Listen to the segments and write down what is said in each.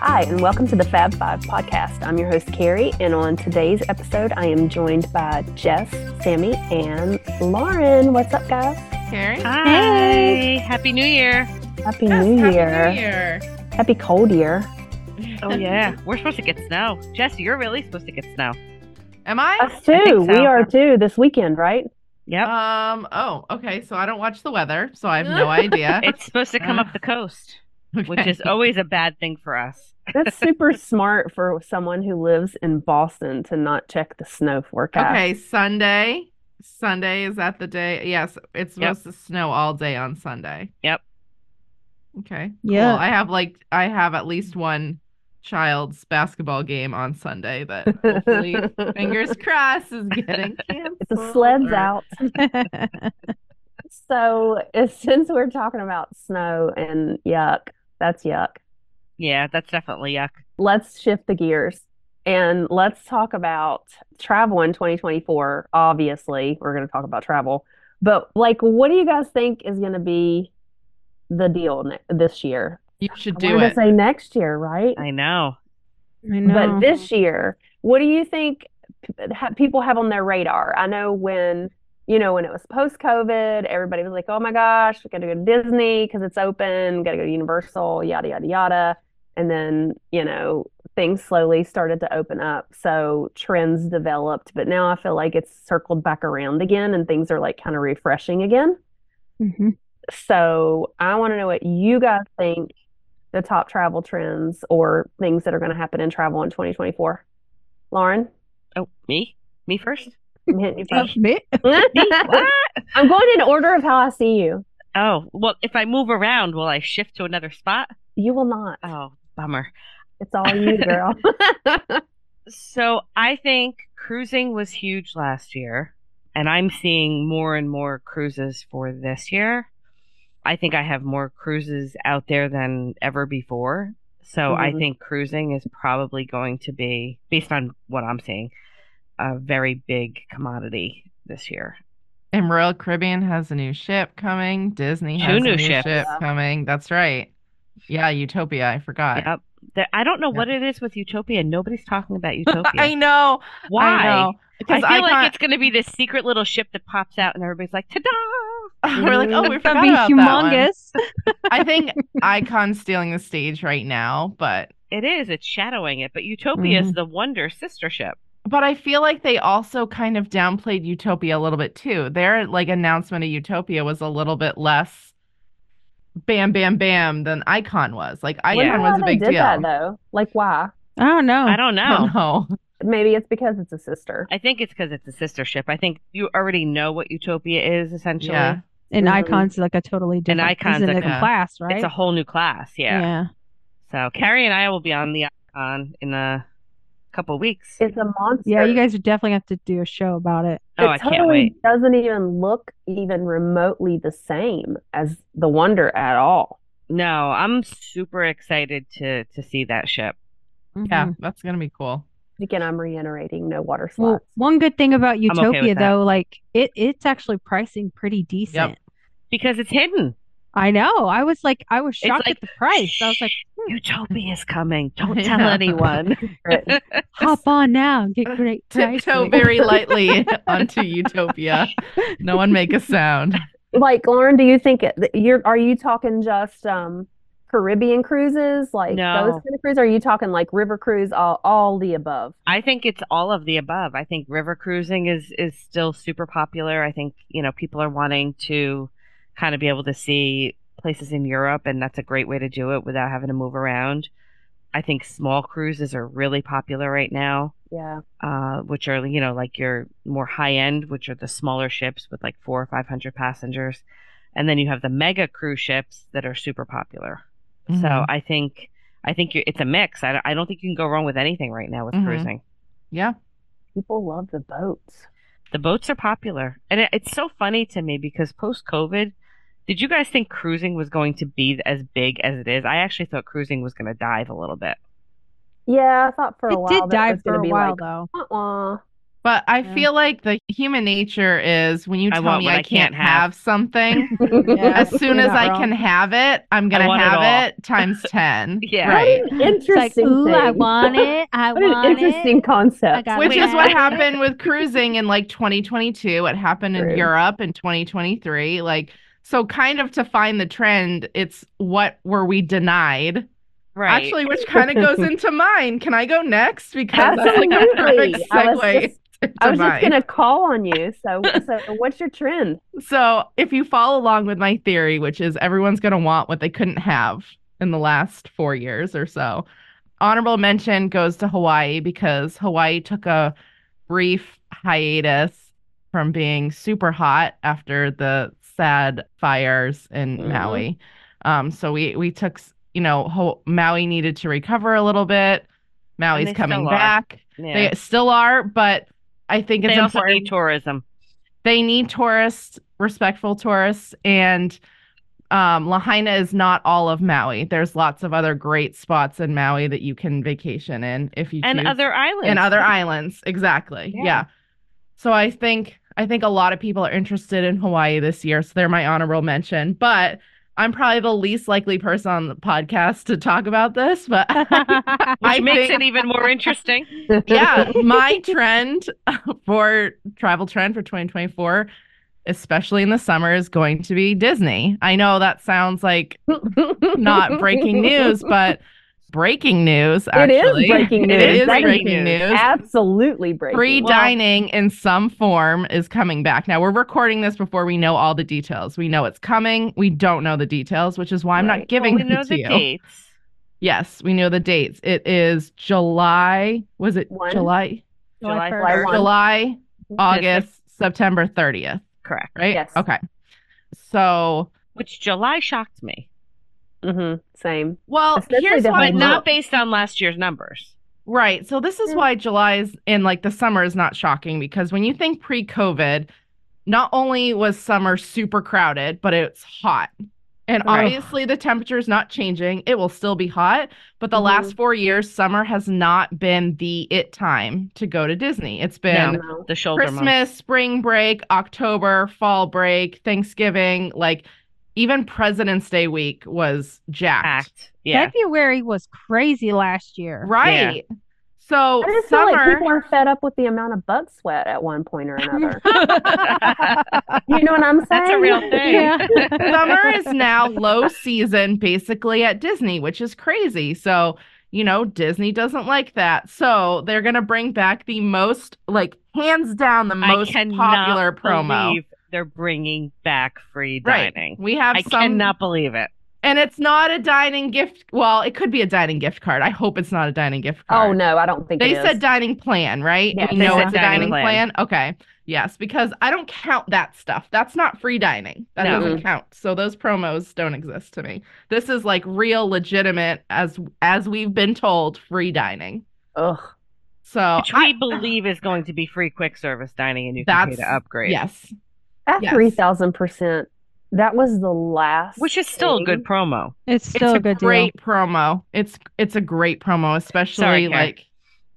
Hi, and welcome to the Fab Five podcast. I'm your host, Carrie, and on today's episode, I am joined by Jess, Sammy, and Lauren. What's up, guys? Carrie. Hi. Happy New Year. Happy, Yes, New, Happy Year. New Year. Happy cold year. Oh, yeah. We're supposed to get snow. Jess, you're really supposed to get snow. Am I? Us too. so. We are too this weekend, right? Yep. Um. Oh. Okay. So I don't watch the weather, so I have no idea. it's supposed to come up the coast, which Okay. is always a bad thing for us. That's super smart for someone who lives in Boston to not check the snow forecast. okay. Sunday. Sunday is that the day? Yes. It's Yep. supposed to snow all day on Sunday. Yep. Okay. Yeah. Cool. I have like I have at least one child's basketball game on Sunday that hopefully fingers crossed is getting canceled. The sleds or- out. So, uh, since we're talking about snow and yuck, that's yuck. Yeah, that's definitely yuck. Let's shift the gears and let's talk about travel in 2024. Obviously, we're going to talk about travel, but like, what do you guys think is going to be the deal ne- this year? You should I do wanted it. to say next year, right? I know. I But this year, what do you think p- ha- people have on their radar? I know when, you know, when it was post-COVID, everybody was like, oh my gosh, we gotta go to Disney because it's open, gotta go to Universal, yada, yada, yada. And then, you know, things slowly started to open up. So trends developed, but now I feel like it's circled back around again and things are like kind of refreshing again. Mhm. So I want to know what you guys think the top travel trends or things that are going to happen in travel in 2024. Lauren, Oh, me? Me first? I'm hitting you first. Me? Me? What? I'm going in order of how I see you. Oh, well, if I move around, will I shift to another spot? You will not. Oh, bummer. It's all you, girl. So I think cruising was huge last year, and I'm seeing more and more cruises for this year. I think I have more cruises out there than ever before. So I Mm-hmm. Mhm. think cruising is probably going to be, based on what I'm seeing, a very big commodity this year. And Royal Caribbean has a new ship coming. Disney Two has new a new ships. ship coming. That's right. Yeah, Utopia. I forgot. Yep. There- I don't know what it is with Utopia. Nobody's talking about Utopia. I know. Why? I know. I Because feel I, like can't- it's going to be this secret little ship that pops out, and everybody's like, "Ta-da!" we're like, oh, we It's gonna forgot about be that one. humongous. I think Icon's stealing the stage right now, but It is. It's shadowing it, but Utopia is the Wonder sister ship. but I feel like they also kind of downplayed Utopia a little bit too. Their like announcement of Utopia was a little bit less bam bam bam than Icon was. Like Wonder Icon Wonder was why a they big did deal. that though. Like why? I don't know. I don't I know. don't know. Maybe it's because it's a sister. I think it's because it's a sister ship. I think you already know what Utopia is essentially. Yeah. And Mhm. Icon's like a totally different. Icon's he's in like a a- different class, right? It's a whole new class. Yeah. So Carrie and I will be on the icon in a couple weeks. It's a monster. Yeah, you guys are definitely gonna have to do a show about it. Oh, it I totally can't wait. doesn't even look even remotely the same as the Wonder at all. No, I'm super excited to to see that ship. Yeah, Mhm. that's gonna be cool. Again, I'm reiterating no water Well, slides. one good thing about okay Utopia with that. though, like it, it's actually pricing pretty decent. Because it's hidden. I know. I was like, I was shocked like, at the price. I was like, hmm, Utopia is coming. Don't tell Yeah. anyone. Right. hop on now and get great price. tiptoe rate. very lightly onto Utopia. No one make a sound. like Lauren, do you think it, that you're are you talking just um Caribbean cruises, like those No. kind of cruises? Or are you talking like river cruise, all all the above? I think it's all of the above. I think river cruising is is still super popular. I think, you know, people are wanting to kind of be able to see places in Europe and that's a great way to do it without having to move around. I think small cruises are really popular right now, Yeah. uh, which are, you know, like your more high end, which are the smaller ships with like four or five hundred passengers. And then you have the mega cruise ships that are super popular. So Mhm. I think I think you it's a mix. I don't, I don't think you can go wrong with anything right now with Mhm. cruising. yeah, People love the boats. the boats are popular and it, it's so funny to me because post covid did you guys think cruising was going to be as big as it is i actually thought cruising was going to dive a little bit Yeah, I thought for a It while did that it was dive for gonna a be while like, though. uh-uh. But I Yeah. feel like the human nature is when you I tell want me what I, I can't can't have, have. something, Yeah. as soon You're as not I wrong. can have it, I'm gonna want it all. have it times ten. Yeah. What Right. an It's like, interesting ooh, I thing. want it. I What want an interesting it. I concept. got Which Wait. is what happened with cruising in like 2022. It happened in True. Europe in 2023. Like, so kind of to find the trend, it's what were we denied? Right. Actually, which kind of goes into mine. Can I go next? Because that's like a Absolutely. perfect I was segue. just- into I was just mine. gonna call on you. So, so what's your trend? So, if you follow along with my theory, which is everyone's going to want what they couldn't have in the last four years or so, honorable mention goes to Hawaii because Hawaii took a brief hiatus from being super hot after the sad fires in Mm-hmm. Mhm. Maui. Um, so we we took, s- you know, Ho- Maui needed to recover a little bit. Maui's they coming still are. back. yeah. They still are, but I think it's They also important need tourism. they need tourists, respectful tourists, and um, Lahaina is not all of Maui. There's lots of other great spots in Maui that you can vacation in if you And choose. other islands. and other islands, exactly. Yeah. Yeah. So I think I think a lot of people are interested in Hawaii this year, so they're my honorable mention. But I'm probably the least likely person on the podcast to talk about this, but Which I makes think- it even more interesting. yeah, my trend for travel trend for 2024, especially in the summer, is going to be Disney. I know that sounds like not breaking news, but breaking news. It is Actually. breaking news. It is That is breaking news. Absolutely breaking. Free news. dining in some form is coming back. Now we're recording this before we know all the details. We know it's coming. We don't know the details, which is why I'm Right. not giving Well, we them know to the you. dates. Yes, we know the dates. It is July. Was it One. July? July July first. first. One. July, Fifth. August, September 30th, Correct. right? Yes. Okay. So, Which July shocked me, Mhm, Same. well, Especially here's the why but whole not based on last year's numbers. Right. So this is Yeah. why July is and like the summer is not shocking because when you think pre-COVID, not only was summer super crowded, but it's hot. And Right. obviously the temperature is not changing. It will still be hot, but the Mhm. last 4 years summer has not been the it time to go to Disney. It's been No. The shoulder months. Christmas, spring break, October, fall break, Thanksgiving, like even President's Day week was jacked. act. Yeah. February was crazy last year. Right. So I just summer feel like people are fed up with the amount of butt sweat at one point or another. you know what I'm saying? That's a real thing. Yeah. summer is now low season basically at Disney, which is crazy. So, you know, Disney doesn't like that. So they're going to bring back the most, like, hands down, the I most cannot popular promo. believe They're bringing back free Right. dining. We have I some. cannot believe it. And it's not a dining gift. Well, it could be a dining gift card. I hope it's not a dining gift card. Oh no, I don't think They it is. said dining plan, right? Yeah, we they know said it's a dining dining plan. Okay. Yes, because I don't count that stuff. That's not free dining. That No. doesn't count. So those promos don't exist to me. This is like real legitimate as as we've been told free dining. Ugh. So Which I- uh, we believe is going to be free quick service dining, and you can pay that's to upgrade. Yes. At Yes. three thousand percent. That was the last Which is still a thing. good promo. It's still it's a good great promo. It's it's a great promo, especially Sorry, Karen. like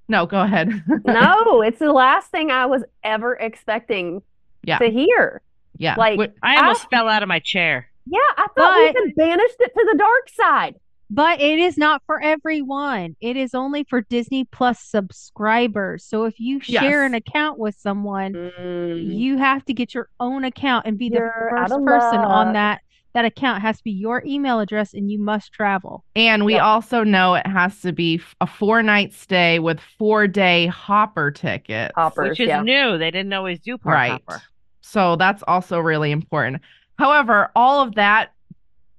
No, go ahead. no, it's the last thing I was ever expecting Yeah. to hear. yeah. Like, Wh- I almost fell out of my chair. Yeah, I thought But- we had banished it to the dark side. deal. But it is not for everyone. It is only for Disney Plus subscribers. So if you share Yes. an account with someone, you have to get your own account and be the Mm-hmm. You're out first of person on luck. that that account It has to be your email address and you must travel. And we Yep. also know it has to be f- a four night stay with four day hopper tickets. Hoppers, Which is yeah. new. They didn't always do park Right. hopper. So that's also really important. However, all of that,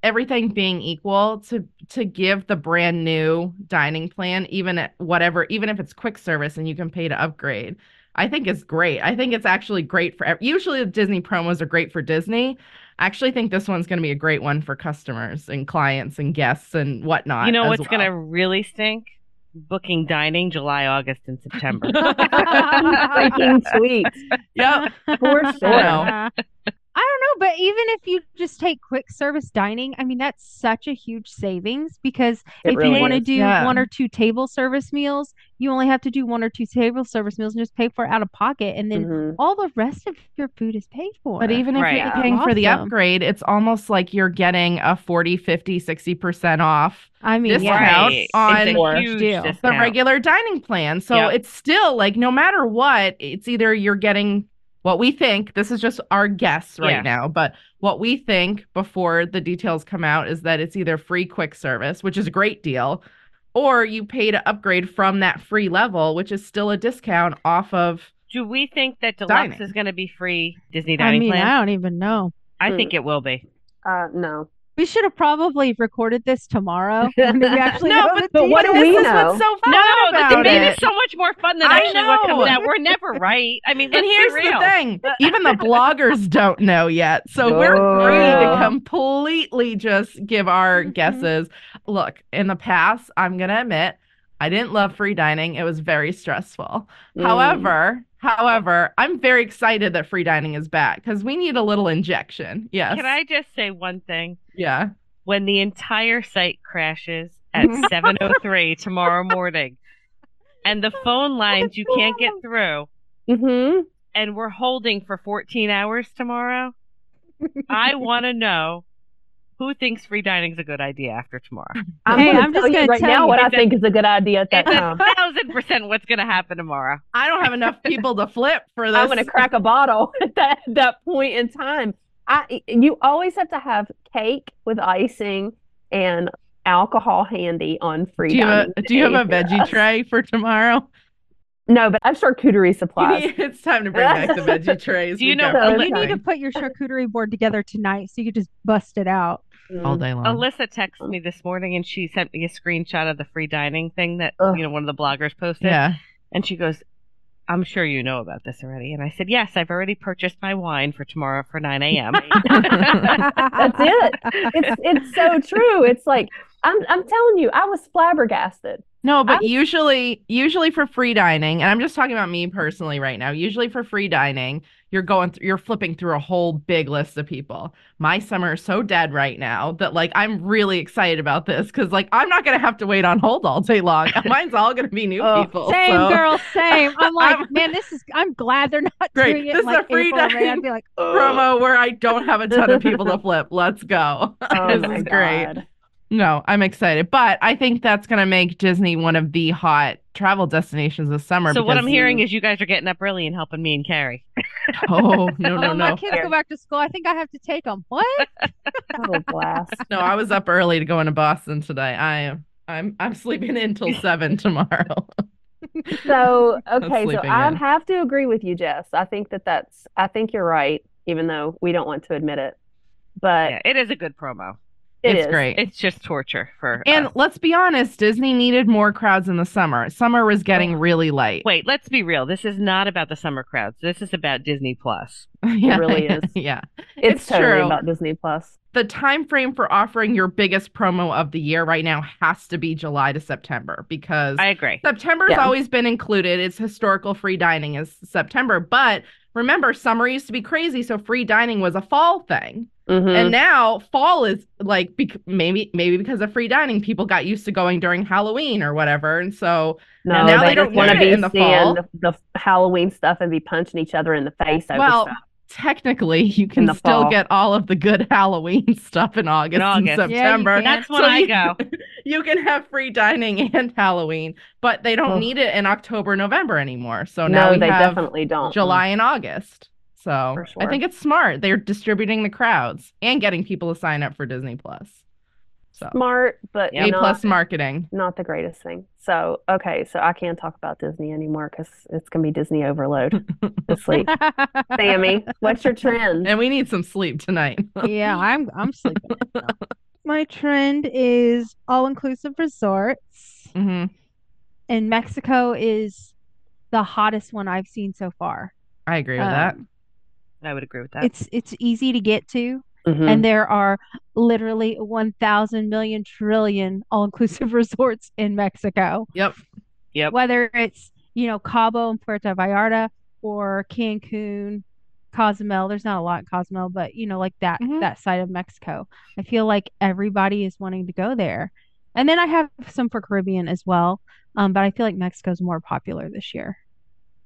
everything being equal, to to give the brand new dining plan, even at whatever, even if it's quick service and you can pay to upgrade, I think is great. I think it's actually great for ev- usually the Disney promos are great for Disney. I actually think this one's going to be a great one for customers and clients and guests and whatnot. You know Uh, as what's well. going to really stink? Booking dining July, August, and September. Freaking sweet. Yep. For I sure. know. don't know. but even if you just take quick service dining, I mean that's such a huge savings because It if really you want to is. do Yeah. one or two table service meals, you only have to do one or two table service meals and just pay for it out of pocket, and then Mhm. all the rest of your food is paid for. But even if Right. you're Yeah. paying for the Awesome. upgrade, it's almost like you're getting a 40, 50, 60% off I mean, This yeah. round- Discount on it's Or- a huge deal. The the discount. regular dining plan. So Yep. it's still like no matter what, it's either you're getting what we think, this is just our guess right Yeah. now, but what we think before the details come out is that it's either free quick service, which is a great deal, or you pay to upgrade from that free level, which is still a discount off of Do we think that deluxe Dining. is going to be free Disney I dining mean, plan? I don't even know. I think it will be. Uh, no. We should have probably recorded this tomorrow. when we actually No, know the but what do details. this we is know? what's so fun No, the about debate it. is so much more fun than I actually what know. comes out. We're never right. I mean, let's and here's be real. the thing even the bloggers don't know yet so we're free to Oh. completely just give our Mm-hmm. Mhm. guesses look in the past i'm gonna admit i didn't love free dining it was very stressful Mm. however however i'm very excited that free dining is back because we need a little injection yes Can I just say one thing? yeah When the entire site crashes at Mm-hmm. 7:03 tomorrow morning, and the phone lines you can't get through, Mhm. and we're holding for 14 hours tomorrow, I want to know who thinks free dining's a good idea after tomorrow. I'm Hey, gonna I'm just tell you gonna right tell now you what I that- think is a good idea at that It's a Um, time. thousand percent what's going to happen tomorrow. i don't have enough people to flip for this I'm gonna crack a bottle at that, that point in time. I you always have to have cake with icing and alcohol handy on free. do you, have dining a, do you days have a for veggie us. tray for tomorrow? No, but I'm charcuterie supplies. it's time to bring back the veggie trays. Do you We've know- So got You need to everything. put your charcuterie board together tonight so you could just bust it out. Mm. all day long. Alyssa texted me this morning and she sent me a screenshot of the free dining thing that Ugh. you know one of the bloggers posted. Yeah. And she goes, "I'm sure you know about this already." And I said, "Yes, I've already purchased my wine for tomorrow for 9 a.m." That's it. It's it's so true. It's like I'm I'm telling you, I was flabbergasted. No, but I'm- usually, usually for free dining, and I'm just talking about me personally right now. Usually for free dining, you're going, th- you're flipping through a whole big list of people. My summer is so dead right now that like I'm really excited about this because like I'm not gonna have to wait on hold all day long. Mine's all gonna be new Oh, people. Same so- girl, same. I'm like, I'm- man, this is. I'm glad they're not Great. doing it. This is in, like a free April or May. dining I'd be like, promo where I don't have a ton of people to flip. Let's go. Oh this my is great. God. No, I'm excited, but I think that's gonna make Disney one of the hot travel destinations this summer. so what because- I'm hearing is you guys are getting up early and helping me and Carrie. oh no no oh, no. my kids go back to school. I think I have to take them. What? Oh blast. No, I was up early to go into Boston today. I am I'm I'm sleeping in till seven tomorrow. So okay, so sleeping I in. have to agree with you, Jess. I think that that's I think you're right, even though we don't want to admit it. But Yeah, it is a good promo. it is. it's great. It's just torture for and us. let's be honest, Disney needed more crowds in the summer. Summer was Oh. getting really light. Wait, let's be real. This is not about the summer crowds. This is about Disney Plus. yeah, really is. Yeah. It's, It's totally true. about Disney Plus. The time frame for offering your biggest promo of the year right now has to be July to September because I agree. September's Yeah. always been included. It's historical free dining is September, but remember summer used to be crazy, so free dining was a fall thing. Mhm. And now fall is like bec- maybe maybe because of free dining, people got used to going during Halloween or whatever, and so No, And now they, they just don't want to do be it in the seeing fall. The, the Halloween stuff and be punching each other in the face over Well, stuff. technically you can the still fall. get all of the good Halloween stuff in August, and August. Yeah, you September. can. That's So when I you- go. You can have free dining and Halloween, but they don't Ugh. need it in October, November anymore. So now no, we they have definitely don't. July and August. So For I sure. think it's smart. They're distributing the crowds and getting people to sign up for Disney Plus. So smart, but A not, plus marketing. not the greatest thing. So okay, so I can't talk about Disney anymore because it's gonna be Disney overload this week. Sammy, what's your trend? And we need some sleep tonight. yeah, I'm I'm sleeping. now. My trend is all inclusive resorts, Mhm. and Mexico is the hottest one I've seen so far. I agree with Um, that. I would agree with that. It's it's easy to get to. Mhm. and there are literally 1,000 million trillion all-inclusive resorts in Mexico. Yep. Yep. Whether it's, you know, Cabo and Puerto Vallarta or Cancun Cozumel. There's not a lot in Cozumel, but you know, like that Mhm. that side of Mexico. I feel like everybody is wanting to go there. And then I have some for Caribbean as well. Um, but I feel like Mexico's more popular this year.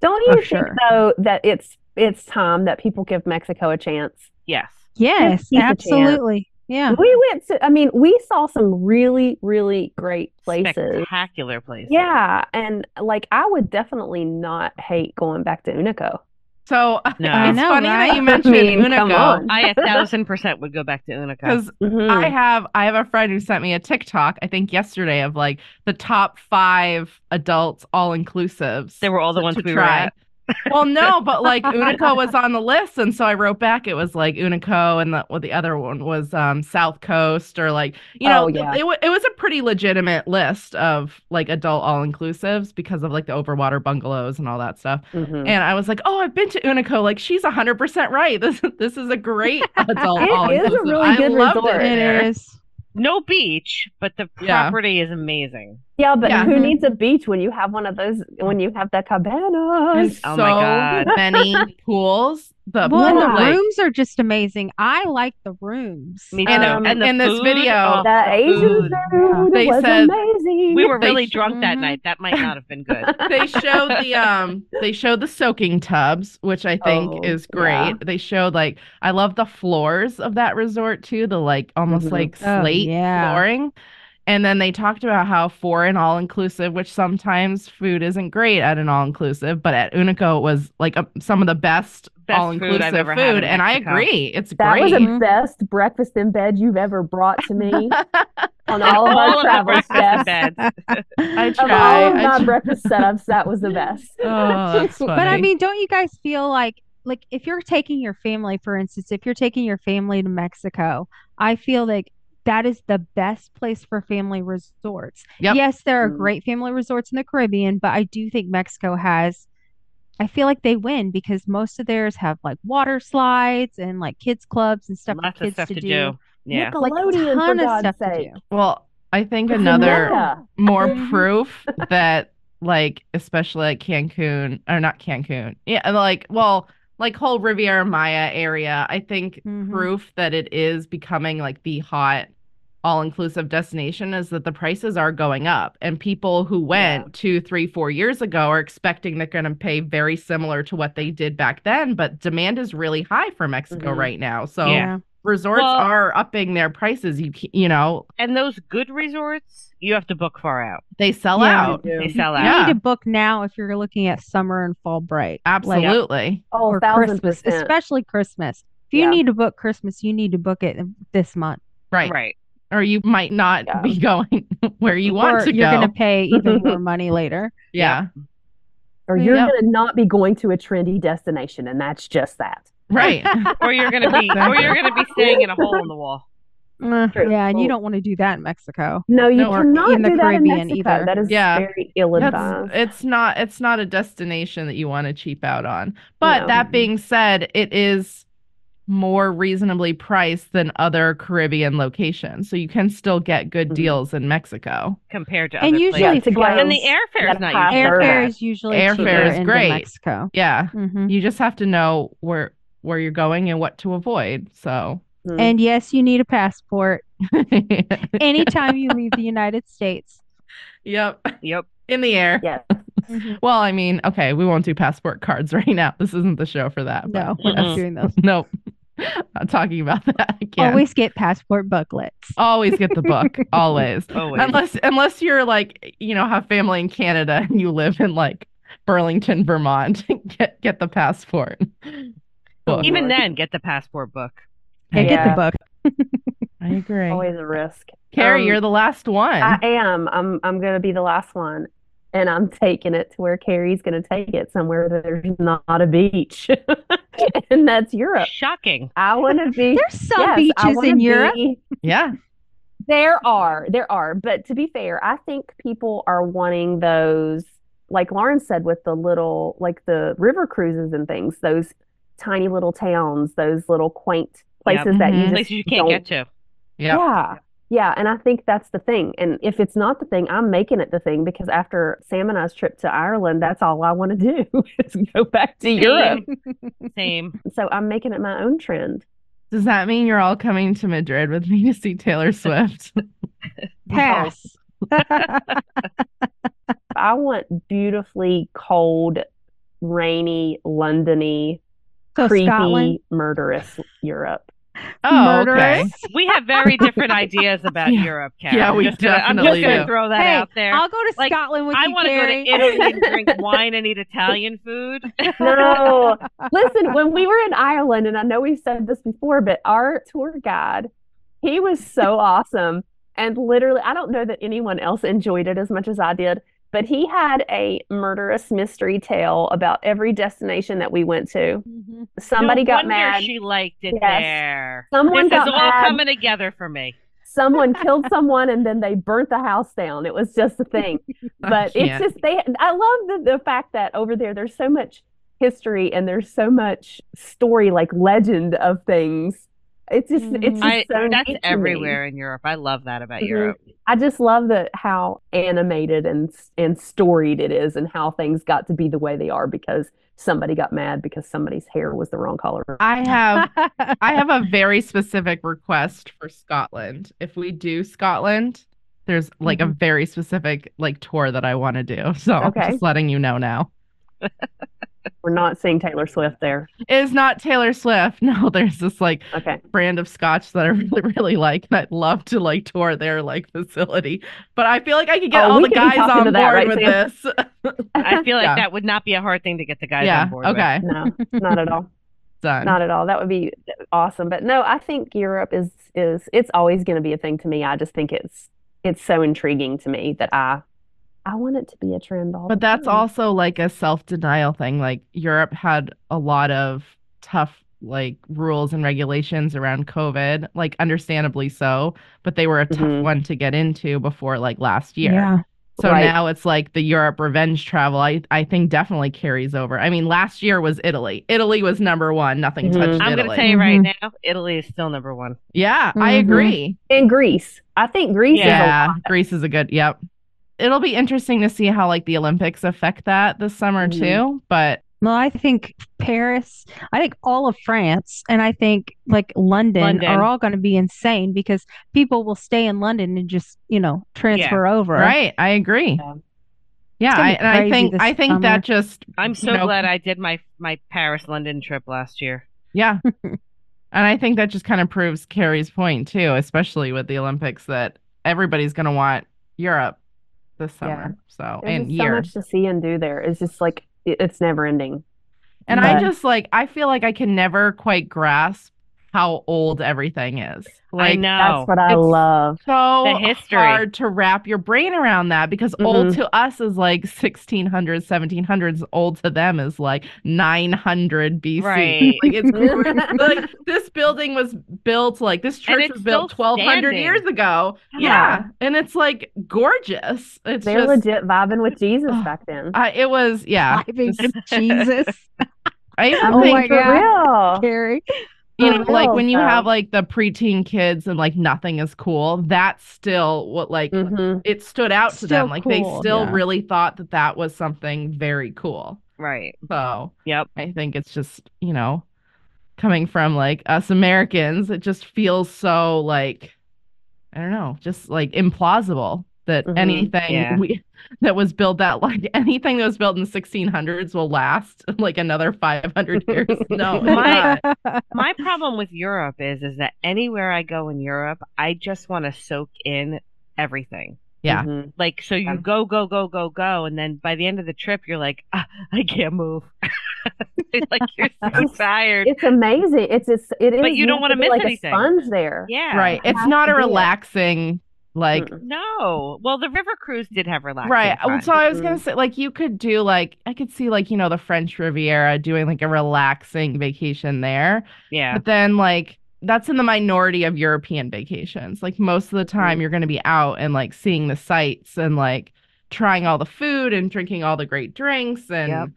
Don't Oh, you think sure. though that it's it's time that people give Mexico a chance? Yes. Yes, Give Keith a chance. absolutely. Yeah. We went to, I mean, we saw some really, really great places. Spectacular places. Yeah, and like I would definitely not hate going back to Unico. So uh, No. I it's know, funny right? that you mentioned I mean, come Unico on. I a thousand percent would go back to Unica. because Mhm. I have I have a friend who sent me a TikTok I think yesterday of like the top five adults all inclusives. They were all the to- ones to we were try. at. well, no, but like Unico was on the list, and so I wrote back. It was like Unico, and the well, the other one was um, South Coast, or like you know, Oh, yeah. it, wa- it was a pretty legitimate list of like adult all inclusives because of like the overwater bungalows and all that stuff. Mhm. And I was like, oh, I've been to Unico. Like she's hundred percent right. This this is a great adult It all is a inclusive. really I good loved resort. It, there. It is. No beach, but the Yeah. property is amazing. Yeah, but Yeah. who Mhm. needs a beach when you have one of those, when you have the cabanas? There's Oh so my God. many pools. The Well, and pool, the like- rooms are just amazing. I like the rooms. Me too. And, And, um, the in this food, video- oh, The Asian food. food They was said- amazing. We were They really sh- drunk that Mhm. night. That might not have been good. they showed the um they showed the soaking tubs which i think Oh, is great yeah. they showed like i love the floors of that resort too the like almost Mm-hmm. Mhm. like Oh, slate yeah. flooring and then they talked about how for an all inclusive which sometimes food isn't great at an all inclusive but at unico it was like a, some of the best, Best all food inclusive I've food, ever had in and i Mexico. agree it's That great was the Mhm. best breakfast in bed you've ever brought to me on all of All our of our travels. breakfast in Yes. bed. i Of try all of I my tr- breakfast setups, that was the best. oh that's funny But I mean, don't you guys feel like like if you're taking your family, for instance, if you're taking your family to Mexico, I feel like that is the best place for family resorts. Yep. Yes, there are Mhm. great family resorts in the Caribbean, but I do think Mexico has I feel like they win because most of theirs have like water slides and like kids clubs and stuff Lots for of kids stuff to, to do. do. Yeah. Like a Nickelodeon, for ton of God's stuff sake. to do. well i think It's another Mecca. more Mm-hmm. Mhm. proof that like especially like Cancun or not Cancun. Yeah, like well, like whole Riviera Maya area, I think Mhm. Mm-hmm. proof that it is becoming like the hot all-inclusive destination is that the prices are going up and people who went two three four years ago are expecting they're going to pay very similar to what they did back then but demand is really high for mexico Mhm. right now so Mm-hmm. Yeah. resorts Well- are upping their prices you ca- you know And those good resorts, you have to book far out. they sell Yeah. out They sell You out. Yeah. need to book now if you're looking at summer and fall break. Like, absolutely Oh, or thousand Christmas, percent. especially Christmas. If you Yeah. need to book Christmas, you need to book it this month. Right. Right. Or you might not Yeah. be going where you want or to you're go. gonna pay even more money later. yeah. Or you're Yeah. going to not be going to a trendy destination, and that's just that. Right. Or you're gonna be or you're gonna be staying in a hole in the wall. Uh, True. yeah, and Well- you don't want to do that in Mexico. No, you No, or cannot in the do that in Caribbean Mexico. either. That is Yeah. very ill That's, advised. it's not it's not a destination that you want to cheap out on. But No. that being said, it is more reasonably priced than other Caribbean locations. So you can still get good Mhm. deals in Mexico. compared to And other usually places. Yeah, to go. And the airfare Gotta is not pass usually Sure. Airfare bad. is usually Airfare cheaper is into great. Mexico. Yeah. Mm-hmm. hmm You just have to know where where you're going and what to avoid. So Mhm. And yes, you need a passport anytime you leave the United States. Yep. Yep. In the air. yes. Well, I mean, okay, we won't do passport cards right now. This isn't the show for that. but- No, we're Mhm. not doing those. Nope. Not talking about that. I can't. Always, Always get passport booklets. get the book. Always. Always. Unless unless you're like, you know, have family in Canada and you live in like Burlington, Vermont. get get the passport. Book. Even then, get the passport book. Yeah, get Yeah. the book. I agree. Always a risk. Carrie, Um, you're the last one. I am. I'm I'm gonna be the last one. And I'm taking it to where Carrie's gonna take it somewhere that there's not a beach. and that's Europe. Shocking. I wanna be There's some yes, I beaches wanna in Europe. be- yeah. there are. There are. But to be fair, I think people are wanting those, like Lauren said, with the little like the river cruises and things, those tiny little towns, those little quaint Yep. places that you Mhm. just Places you can't don't get to. Yeah. Yeah. Yeah, and I think that's the thing. And if it's not the thing, I'm making it the thing because after Sam and I's trip to Ireland, that's all I want to do is go back to Europe. Same. So I'm making it my own trend. Does that mean you're all coming to Madrid with me to see Taylor Swift? Oh, Pass. I want beautifully cold, rainy, Londony, So creepy, Scotland, murderous Europe. Oh, okay. murderous. We have very different ideas about Yeah. Europe, Karen. Yeah, we I'm just gonna- I'm definitely just going do. to throw that Hey, out there. I'll go to Like, Scotland with I you, want to go to Carrie. Italy and drink wine and eat Italian food. No. Listen, when we were in Ireland, and I know we've said this before, but our tour guide, he was so awesome. And literally, I don't know that anyone else enjoyed it as much as I did, but he had a murderous mystery tale about every destination that we went to. Mhm. Somebody no got wonder mad. She liked it Yes. there. Someone this is got all mad. coming together for me. Someone killed someone, and then they burnt the house down. It was just a thing. I but it's can't. just they i love the, the fact that over there there's so much history and there's so much story like legend of things it's just it's just Mhm. Mm-hmm. I, so that's neat to me. everywhere in Europe. I love that about Mhm. Europe. i just love that how animated and and storied it is and how things got to be the way they are because somebody got mad because somebody's hair was the wrong color I have I have a very specific request for Scotland. If we do Scotland, there's like a very specific like tour that I want to do. So I'm Mm-hmm. Okay. just letting you know now. we're not seeing taylor swift there It's not Taylor Swift. No, there's this like okay brand of scotch that I really, really like, and I'd love to like tour their like facility. But I feel like I could get Oh, all we the could be guys talking on to board that, right, with Sam? this. I feel like Yeah. that would not be a hard thing to get the guys yeah. on board with. Okay. no not at all Done. Not at all. That would be awesome. But no, I think Europe is is it's always going to be a thing to me. I just think it's it's so intriguing to me that I I want it to be a trend all But the that's time. also like a self denial thing. Like Europe had a lot of tough like rules and regulations around COVID, like understandably so, but they were a tough Mhm. one to get into before like last year. Yeah. So Right. now it's like the Europe revenge travel, I, I think definitely carries over. I mean, last year was Italy. Italy was number one. Nothing Mhm. touched I'm going Italy. to tell you right now, Italy is still number one. yeah, I Mhm. agree. And Greece. I think Greece is a Yeah, Greece is a good. Yep. It'll be interesting to see how like the Olympics affect that this summer Mhm. too. But Well, I think Paris, I think all of France, and I think like London, London. are all going to be insane because people will stay in London and just, you know, transfer over. Right, I agree. Yeah. Yeah, gonna I, be and I crazy think this I think summer. that just I'm so you know, glad I did my my Paris London trip last year. yeah, and I think that just kind of proves Carrie's point too, especially with the Olympics that everybody's going to want Europe this Yeah. summer. So There's and just so year, much to see and do there. It's just like it- it's never ending. and but- I just like I feel like I can never quite grasp how old everything is. Like I know. That's what I It's- love. so The history. hard to wrap your brain around that because old Mhm. to us is like 1600s 1700s old to them is like 900 bc Right. like it's crazy. like this building was built like this church it's was built still 1200 standing. years ago yeah. and it's like gorgeous it's They're just legit vibing with Jesus Ugh. back then. I, it was yeah Driving just- Jesus, i even I'm Oh think my like, for God. real. Carrie. you For know, like real, when you so- have like the preteen kids and like nothing is cool that's still what like Mhm. it stood out to Still them. Like they cool, still yeah. really thought that that was something very cool. Right. So Yep. I think it's just, you know, coming from like us Americans, it just feels so like, I don't know, just like implausible that Mhm, anything yeah. we that was built that like anything that was built in the 1600s will last like another 500 years. No, it's My- not. My problem with Europe is is that anywhere I go in Europe, I just want to soak in everything. Yeah. Mhm. Like so Yeah. you go go go go go and then by the end of the trip you're like "Ah, I can't move. It's like you're so tired. It's amazing. It's it's it is But you don't have wanna be miss like anything. a sponge there. Yeah. right. I It's have not to a do it. relaxing like Mm-mm. No. Well, the river cruise did have relaxing. Right. Well, time. So I was Mm-hmm. gonna say, like, you could do like I could see like you know the French Riviera doing like a relaxing vacation there, yeah. but then like that's in the minority of European vacations. Like most of the Mm-hmm. time, you're gonna be out and like seeing the sights and like trying all the food and drinking all the great drinks and Yep.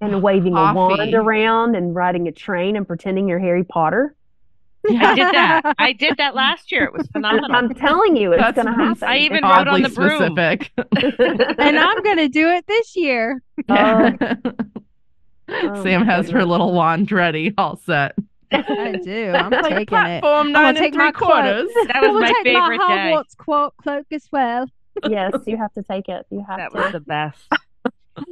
and waving a Coffee. wand around and riding a train and pretending you're Harry Potter. I did that. I did that last year. It was phenomenal. I'm telling you, it's That's going to happen. I even wrote on oddly the broom. specific. and I'm gonna do it this year. Oh. Oh, Sam my has her goodness. little laundretti all set. I do. I'm like taking it. platform gonna nine and take my three quarters. That was we'll my take favorite my day. Hogwarts quote cloak as well. yes, you have to take it. You have That to. was the best. Yeah,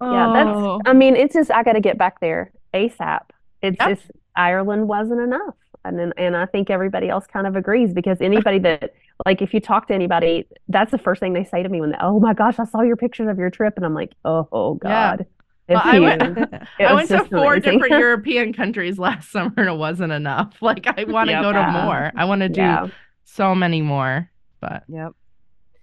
Oh. that's. I mean, it's just I got to get back there ASAP. It's Yep. just Ireland wasn't enough, and then and I think everybody else kind of agrees because anybody that like if you talk to anybody, that's the first thing they say to me when they, oh my gosh, I saw your pictures of your trip, and I'm like, oh, oh Yeah. God, Well, It's I went- you. It I was went to just four amazing. different European countries last summer and it wasn't enough. Like I want to Yep. go to Yeah. more. I want to do Yeah. so many more. But Yep.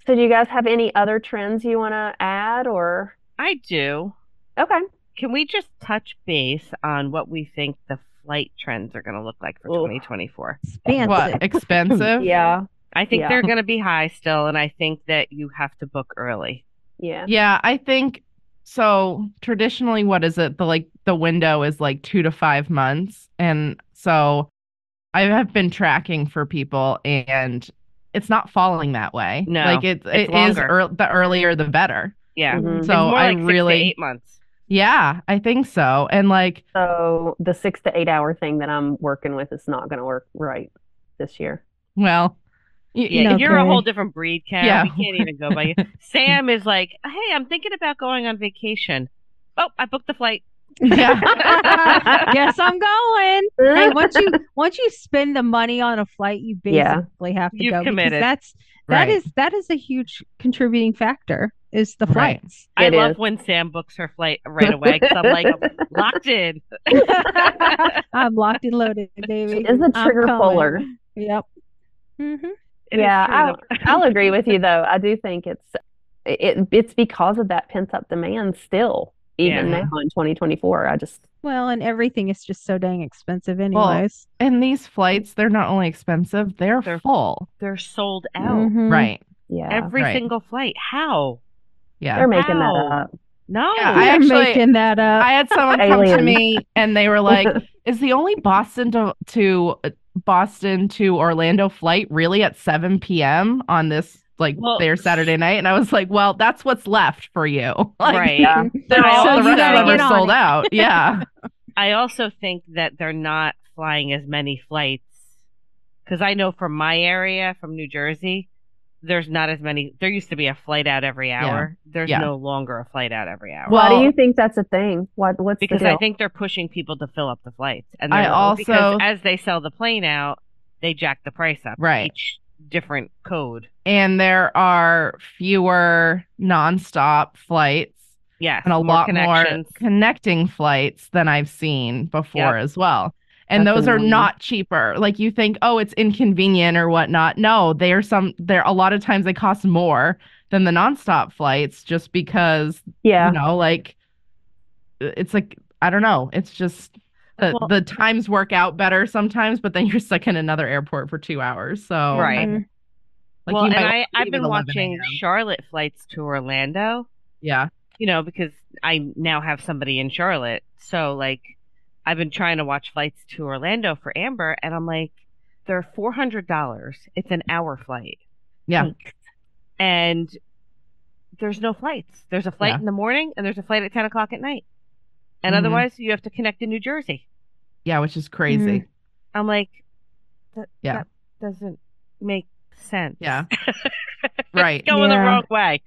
So do you guys have any other trends you want to add or? I do. Okay. Can we just touch base on what we think the flight trends are going to look like for Ooh. 2024? Expansive. what expensive? Yeah. I think Yeah. they're going to be high still, and I think that you have to book early. Yeah. Yeah, I think so. Traditionally, what is it? The like the window is like two to five months, and so I have been tracking for people, and it's not falling that way. No, like it's it's it is longer. ear- the earlier the better. Yeah. Mhm. So It's more Oh, I like six to really, eight months. yeah, I think so. And like, So the six to eight hour thing that I'm working with is not going to work right this year. well, y- Yeah, No, you're a Karen. whole different breed, Ken. Yeah. We can't even go by you. Sam is like, hey, I'm thinking about going on vacation. Oh, I booked the flight. yeah, yes, I'm going. Hey, once you once you spend the money on a flight, you Yeah. basically have to You've go because committed. that's that right. is that is a huge contributing factor is the Right. flights. I It love is. when Sam books her flight right away because I'm like, locked in. I'm locked and loaded, She baby. is a I'm trigger coming. puller. Yep. hmm It is Yeah, true, I'll- though. I'll agree with you though. I do think it's it it's because of that pent up demand still, even Yeah. now in 2024. I just Well, and everything is just so dang expensive, Well, anyways. and these flights, they're not only expensive, they're, They're- full. They're sold out. Mhm. Right. yeah, Every Right. single flight. How? Yeah. they're making that Wow. up. No. Yeah, You're I actually- making that up. I had someone come to Aliens. me and they were like, "Is the only Boston to, to Boston to Orlando flight really at 7 p.m. on this like Well, their Saturday night?" And I was like, "Well, that's what's left for you. Like, right. Yeah. They're all So the you rest gotta of them get are on sold it. out. Yeah, I also think that they're not flying as many flights because I know from my area, from New Jersey, there's not as many. There used to be a flight out every hour. There's Yeah. no longer a flight out every hour. Why Well- do you think that's a thing? What what's the because I deal? think they're pushing people to fill up the flights, and I they're low because also- as they sell the plane out, they jack the price up. Right. each different code. and there are fewer nonstop flights Yes, and a lot more connections. connecting flights than I've seen before as well. And That's those are annoying. not cheaper. Like you think, oh, it's inconvenient or whatnot. No, they are some. They're a lot of times they cost more than the nonstop flights just because Yeah, you know, like it's like I don't know. It's just the, Well- the times work out better sometimes, but then you're stuck in another airport for two hours. So Right. Mhm. like well, you and might I, I've leave been at 11 watching a.m.. Charlotte flights to Orlando. yeah, you know, because I now have somebody in Charlotte. So like I've been trying to watch flights to Orlando for Amber and I'm like, they're four hundred dollars. It's an hour flight. Yeah. Thanks. And there's no flights. There's a flight Yeah. in the morning and there's a flight at ten o'clock at night. And Mhm. otherwise you have to connect in New Jersey. yeah, which Mm-hmm. is crazy. I'm like that Yeah. that doesn't make sense. Yeah. Right. Going the Yeah. wrong way.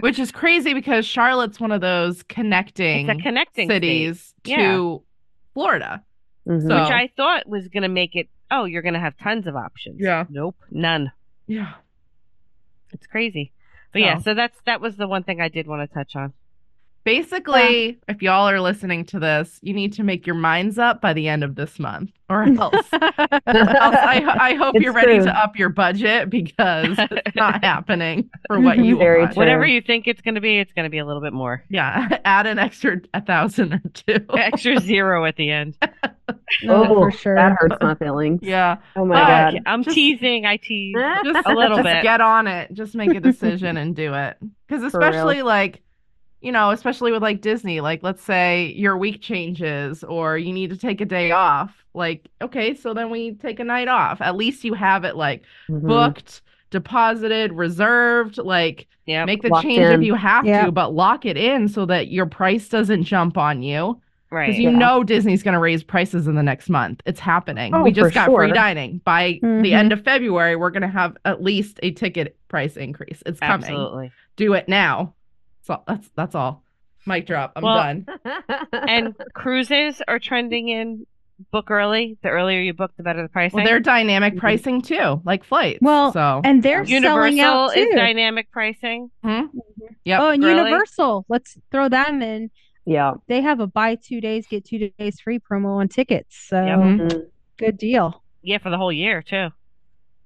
Which is crazy because Charlotte's one of those connecting, It's a connecting state. cities to Florida. Mhm. So- which I thought was going to make it. Oh, you're going to have tons of options. Yeah. Nope. None. Yeah. It's crazy. But yeah, Oh. so that's that was the one thing I did want to touch on. Basically, if y'all are listening to this, you need to make your minds up by the end of this month, or else, else I, ho- I hope It's you're ready true. to up your budget because it's not happening for what you Very want. true. Whatever you think it's going to be, it's going to be a little bit more. Yeah, add an extra a thousand or two. Extra zero at the end. No, Oh, for sure. that hurts my feelings. yeah, Oh my Fuck. God. I'm Just- teasing. I tease. just A little just bit. get on it just make a decision and do it because For real. especially like you know especially with like disney like let's say your week changes or you need to take a day off Like, okay, so then we take a night off. At least you have it like Mhm. booked, deposited, reserved. Like, Yeah. make the Locked change in. if you have Yep. to, but lock it in so that your price doesn't jump on you. Right. Because you Yeah. know Disney's going to raise prices in the next month. It's happening. Oh, we just for got free sure. Mm-hmm. dining. By the end of February, we're going to have at least a ticket price increase. It's coming. Absolutely. Do it now. So that's that's all. Mic drop. I'm Well, done. And cruises are trending in book early. The earlier you book, the better the pricing. Well, they're dynamic Mhm. pricing too, like flights. Well, so And they're selling Universal out is too. dynamic pricing. yep. oh, and Really? Universal. Let's throw them in. yeah. They have a buy two days, get two days free promo on tickets. So Yep. Mhm. Mhm. good deal. Yeah, for the whole year too.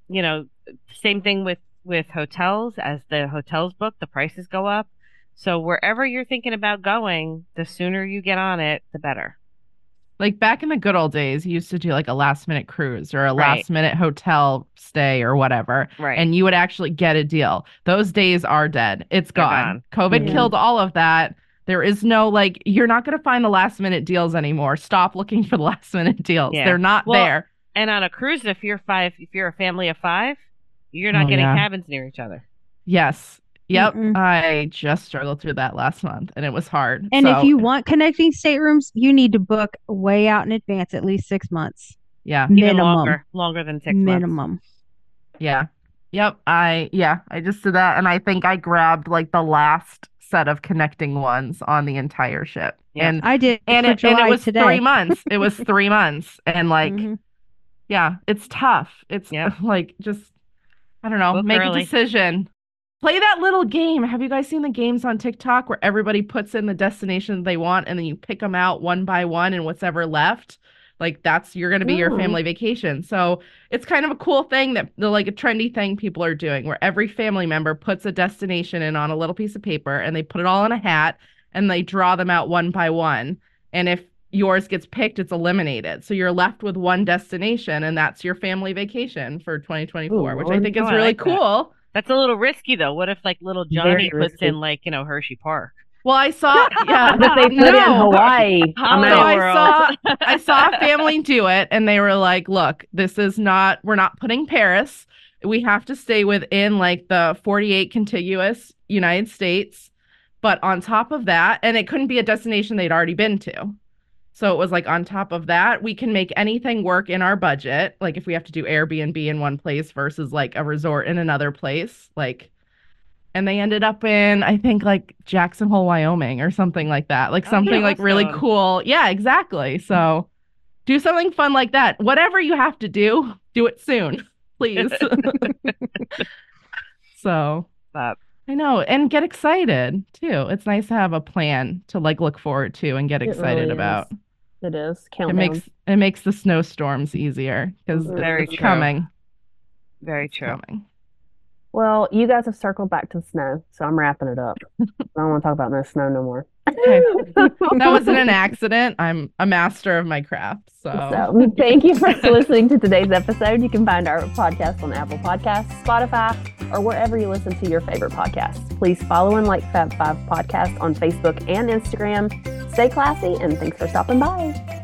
You know, same thing with with hotels. As the hotels book, the prices go up. So wherever you're thinking about going, the sooner you get on it, the better. like back in the good old days, you used to do like a last minute cruise or a Right. last minute hotel stay or whatever. Right. and you would actually get a deal. Those days are dead. It's They're gone. COVID Yeah. killed all of that. There is no like you're not going to find the last minute deals anymore. Stop looking for the last minute deals. Yeah. They're not Well, there. And on a cruise, if you're five, if you're a family of five, you're not Oh, getting yeah. cabins near each other. Yes. Yep. Mm-mm. I just struggled through that last month and it was hard. And if So, you want connecting staterooms, you need to book way out in advance, at least six months yeah. Even minimum. longer, longer than six months. minimum. Yeah. Yep. I yeah, I just did that and I think I grabbed like the last set of connecting ones on the entire ship. Yeah. And I did and it, for and July it was today. three months. It was three months. And like Mhm. yeah, it's tough. It's Yep. like just I don't know, Book make early. a decision. Play that little game. Have you guys seen the games on TikTok where everybody puts in the destination they want and then you pick them out one by one and whatever left? Like that's you're gonna be your Ooh. family vacation. So it's kind of a cool thing that the like a trendy thing people are doing where every family member puts a destination in on a little piece of paper and they put it all in a hat and they draw them out one by one. And if yours gets picked, it's eliminated. So you're left with one destination and that's your family vacation for 2024, Ooh, which I Lord. think is Oh, I really like that. cool. That's a little risky though. What if like little Johnny Very puts risky. in like you know Hershey Park? Well, I saw yeah. But they put in no. Hawaii. I'm No, Holiday out. I World. saw I saw a family do it and they were like, look, this is not we're not putting Paris. We have to stay within like the 48 contiguous United States. But on top of that, and it couldn't be a destination they'd already been to. So it was like on top of that, we can make anything work in our budget. Like if we have to do Airbnb in one place versus like a resort in another place, like and they ended up in I think like Jackson Hole, Wyoming or something like that. Like Oh, something yeah, like really awesome. cool. Yeah, exactly. So do something fun like that. Whatever you have to do, do it soon, please. so But I know, and get excited too. It's nice to have a plan to like look forward to and get It excited really is. about. It is. It Countdown. makes it makes the snowstorms easier because Mhm. Very it's true. coming. very It's true. Coming. Well, you guys have circled back to the snow, so I'm wrapping it up. I don't want to talk about no snow no more. Okay. That wasn't an accident. I'm a master of my craft. So, So, thank you for listening to today's episode. You can find our podcast on Apple Podcasts, Spotify, or wherever you listen to your favorite podcasts. Please follow and like Fab Five Podcast on Facebook and Instagram. Stay classy, and thanks for stopping by.